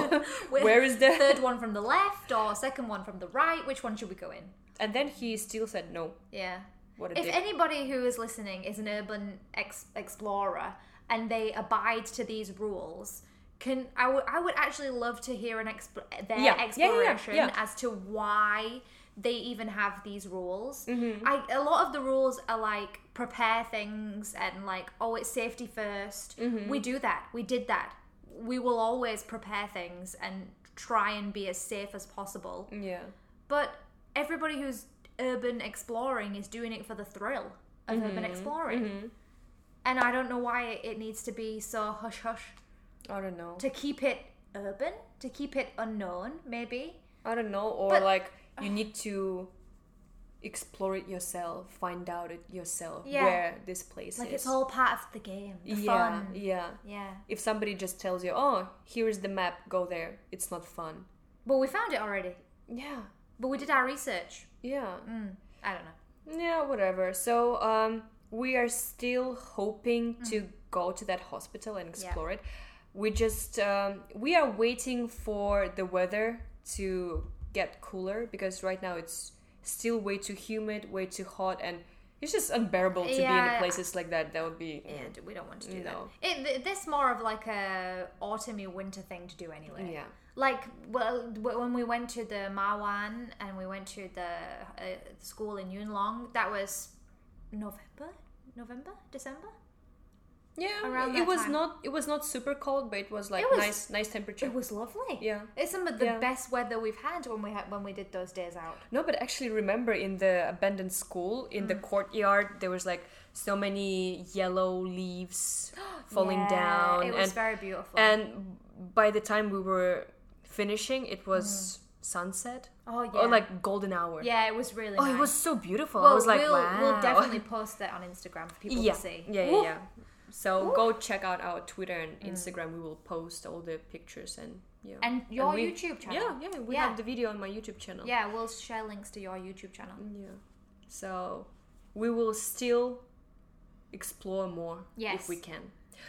Where-
where is the.
Third one from the left or second one from the right, which one should we go in?
And then he still said no.
Yeah.
What a
If
dick.
anybody who is listening is an urban ex- explorer and they abide to these rules, can I would I would actually love to hear an exp- their
Yeah, yeah, yeah, yeah,
exploration
yeah.
as to why they even have these rules.
Mm-hmm.
I a lot of the rules are like prepare things and like oh it's safety 1st
Mm-hmm.
We do that. We did that. We will always prepare things and try and be as safe as possible.
yeah.
But everybody who's urban exploring is doing it for the thrill of
Mm-hmm.
urban exploring. And I don't know why it needs to be so hush hush.
I don't know.
To keep it urban, to keep it unknown, maybe.
I don't know. Or
But-
like, you need to explore it yourself, find out it yourself
Yeah.
where this place
Like
is.
it's all part of the game, the
yeah,
fun.
yeah.
Yeah.
If somebody just tells you, oh, here is the map, go there, it's not fun.
But we found it already.
Yeah,
But we did our research.
yeah.
Mm, I don't know.
Yeah, whatever. So, um, we are still hoping to go to that hospital and
Mm. Yeah.
explore it. We just um, we are waiting for the weather to get cooler because right now it's still way too humid, way too hot, and it's just unbearable to be
Yeah.
in places like that. That would be
Yeah, d- we don't want to do
No.
that. It, th- this more of like a autumny winter thing to do anyway.
yeah.
Like well, w- when we went to the Marwan and we went to the uh, school in Yunlong, that was November, November, December.
Yeah,
Around
it
that
was
time.
not it was not super cold, but it was like
It was-
nice nice temperature.
It was lovely.
yeah.
It's some of the
Yeah.
best weather we've had when we had when we did those days out.
No, but actually, remember in the abandoned school, in the
Mm.
courtyard, there was like so many yellow leaves falling
Yeah,
down,
It was
and
very beautiful.
and by the time we were finishing, it was sunset
oh Mm. yeah.
or like golden hour.
yeah, it was really.
Oh,
nice.
it was so beautiful.
Well,
I was like,
we'll,
wow.
we'll definitely post that on Instagram for people
yeah.
to see.
yeah, yeah,
Woo.
yeah. So
Ooh.
go check out our Twitter and Instagram. We will post all the pictures and yeah,
Mm. And your
we-
YouTube channel.
yeah, yeah. We
Yeah.
have the video on my YouTube channel.
Yeah, we'll share links to your YouTube channel.
Yeah. So we will still explore more
Yes.
if we can.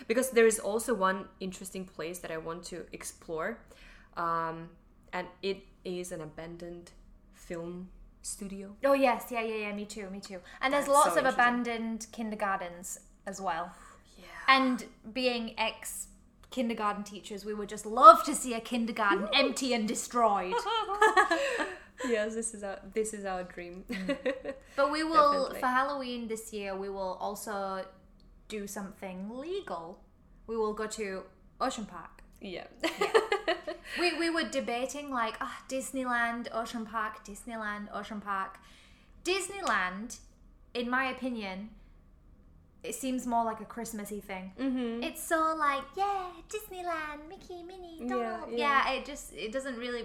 Because there is also one interesting place that I want to explore. Um, and it is an abandoned film studio.
Oh yes, yeah, yeah, yeah. Me too, me too. And there's
That's
lots
so
of
interesting.
abandoned kindergartens as well.
Yeah.
And being ex kindergarten teachers, we would just love to see a kindergarten empty and destroyed.
yes, this is our this is our dream.
Mm. But we will
Definitely.
for Halloween this year. We will also do something legal. We will go to Ocean Park.
yeah.
We we were debating like ah Disneyland, Ocean Park, Disneyland, Ocean Park. Disneyland, in my opinion, it seems more like a Christmassy thing.
Mm-hmm.
It's so like yeah, Disneyland, Mickey, Minnie,
Yeah,
Donald. Yeah,
yeah.
it just it doesn't really.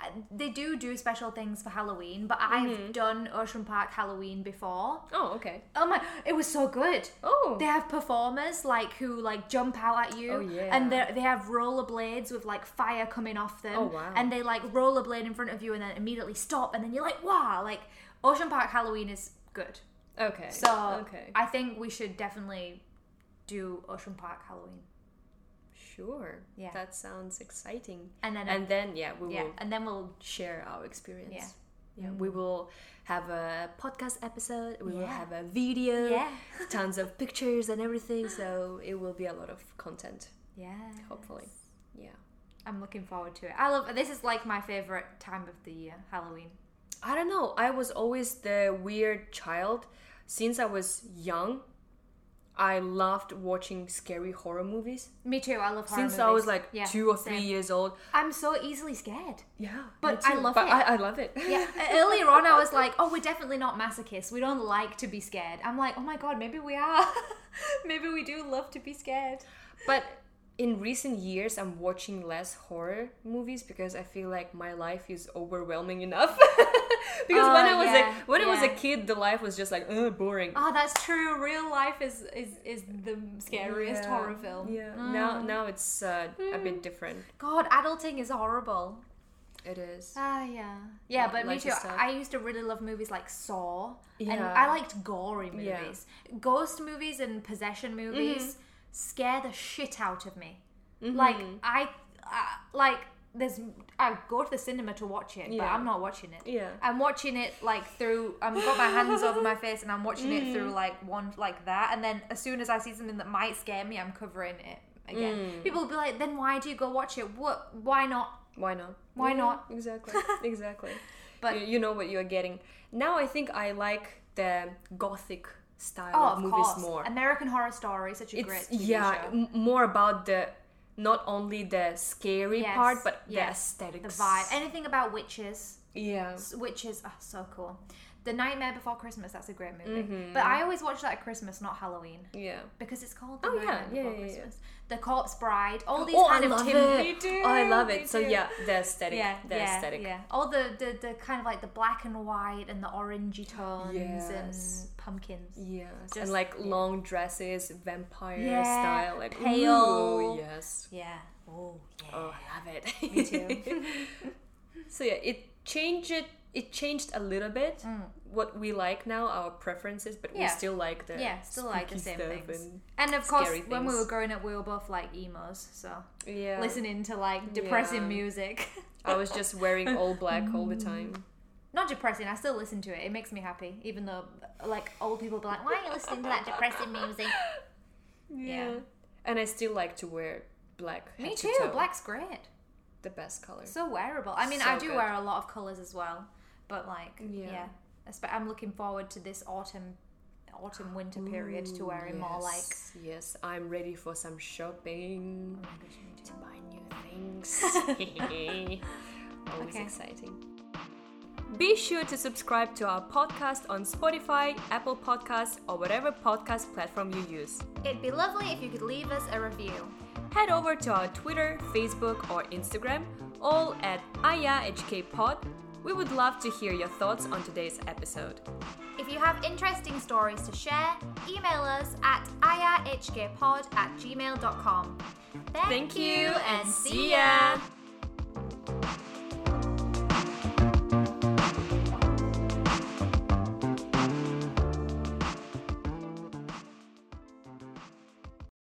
uh, They do do special things for Halloween, but I've
Mm-hmm.
done Ocean Park Halloween before.
Oh, okay.
Oh my! It was so good.
Oh.
They have performers like who like jump out at you,
Oh, yeah.
and they they have rollerblades with like fire coming off them.
Oh, wow.
And they like rollerblade in front of you, and then immediately stop, and then you're like, wow! Like Ocean Park Halloween is good.
Okay.
So
okay.
I think we should definitely do Ocean Park Halloween,
Sure.
Yeah.
That sounds exciting.
and then
And then yeah, we
yeah,
will
and then we'll
share our experience.
Yeah. Mm.
Yeah, we will have a podcast episode. We will
Yeah.
have a video.
yeah
Tons of pictures and everything. So it will be a lot of content,
yeah.
hopefully. Yeah.
I'm looking forward to it. I love this is like my favorite time of the year, Halloween.
I don't know. I was always the weird child. Since I was young, I loved watching scary horror movies.
Me too. I love horror
Since I was
movies.
like
Yeah,
two or three
same.
years old.
I'm so easily scared.
Yeah.
But
me
I
too.
love
but
it.
I, I love it.
Yeah. E-, Earlier on, I was like, "Oh, we're definitely not masochists. We don't like to be scared." I'm like, "Oh my god, maybe we are. maybe we do love to be scared."
But in recent years, I'm watching less horror movies because I feel like my life is overwhelming enough. because when I
Oh,
was
yeah,
a when I was a
yeah.
kid, the life was just like uh, boring.
Oh, that's true. Real life is is is the scariest
Yeah.
horror film.
Yeah. Now
Mm.
now it's uh, a bit different.
God, adulting is horrible.
It is.
Ah, yeah. Yeah,
Like-
but me
like
too.
you said.
I used to really love movies like Saw. And
Yeah.
I liked gory
Yeah. Mm-hmm.
movies. Ghost movies and possession movies scare the shit out of me.
Mm-hmm.
Like, I, I, like, there's, I go to the cinema to watch it, but
Yeah.
I'm not watching it.
Yeah.
I'm watching it like through. I've got my hands over my face, and I'm watching it
Mm.
through like one like that. And then as soon as I see something that might scare me, I'm covering it again.
Mm.
People will be like, "Then why do you go watch it? What? Why not?"
Why not?
Why
Yeah,
not?
Exactly. exactly.
But-
you, you know what you're getting. Now I think I like the gothic style
Oh,
of
of
movies
course.
more.
American Horror Story, such a great
it's
TV
yeah,
show.
m- more about the not only the scary
Yes,
part but the
yes. The
aesthetics.
vibe. Anything about witches,
Yeah.
witches are so cool. The Nightmare Before Christmas, that's a great movie.
Mm-hmm.
But I always watch that at Christmas, not Halloween.
Yeah.
Because it's called The
Oh, yeah,
Nightmare
yeah,
Before
yeah, yeah.
Christmas. The Corpse Bride. All these
oh,
kind
I
of
love
Tim-
it.
They do,
Oh, I love
they
it. So
do.
yeah, the aesthetic.
Yeah,
the
yeah,
aesthetic.
yeah. All the, the the kind of like the black and white and the orangey tones
Yes.
and pumpkins.
Yes.
Just-
and like
yeah.
long dresses, vampire
Yeah,
style, like
pale.
Ooh, yes.
Yeah. Oh yeah.
Oh, I love it.
Me too.
so yeah, it changed it. It changed a little bit what we like now, our preferences, but we
Mm. Yeah.
still like the
Yeah, still like the
spooky
same
stuff
things.
and-
And of course,
Scary
when we
things.
were growing up, we were both like emos, so
yeah,
listening to like depressing
Yeah.
music.
I was just wearing all black all the time.
Not depressing. I still listen to it. It makes me happy, even though like old people be like, "Why are you listening to that depressing music?" Yeah.
and I still like to wear black.
Me
head to
too.
toe.
Black's great.
the best color.
So wearable. I mean, I
So
do
good.
wear a lot of colors as well, but like,
Yeah.
yeah. Espe- I'm looking forward to this autumn, autumn winter period to wearing more like.
Yes, yes, I'm ready for some shopping.
Oh my gosh, me
to buy new things. Always
Okay.
exciting. Be sure to subscribe to our podcast on Spotify, Apple Podcasts, or whatever podcast platform you use.
too. It'd be lovely if you could leave us a review.
Head over to our Twitter, Facebook, or Instagram, all at IAHKPod. We would love to hear your thoughts on today's episode.
If you have interesting stories to share, email us at irhgpod at gmail.com. Thank,
Thank you and see ya!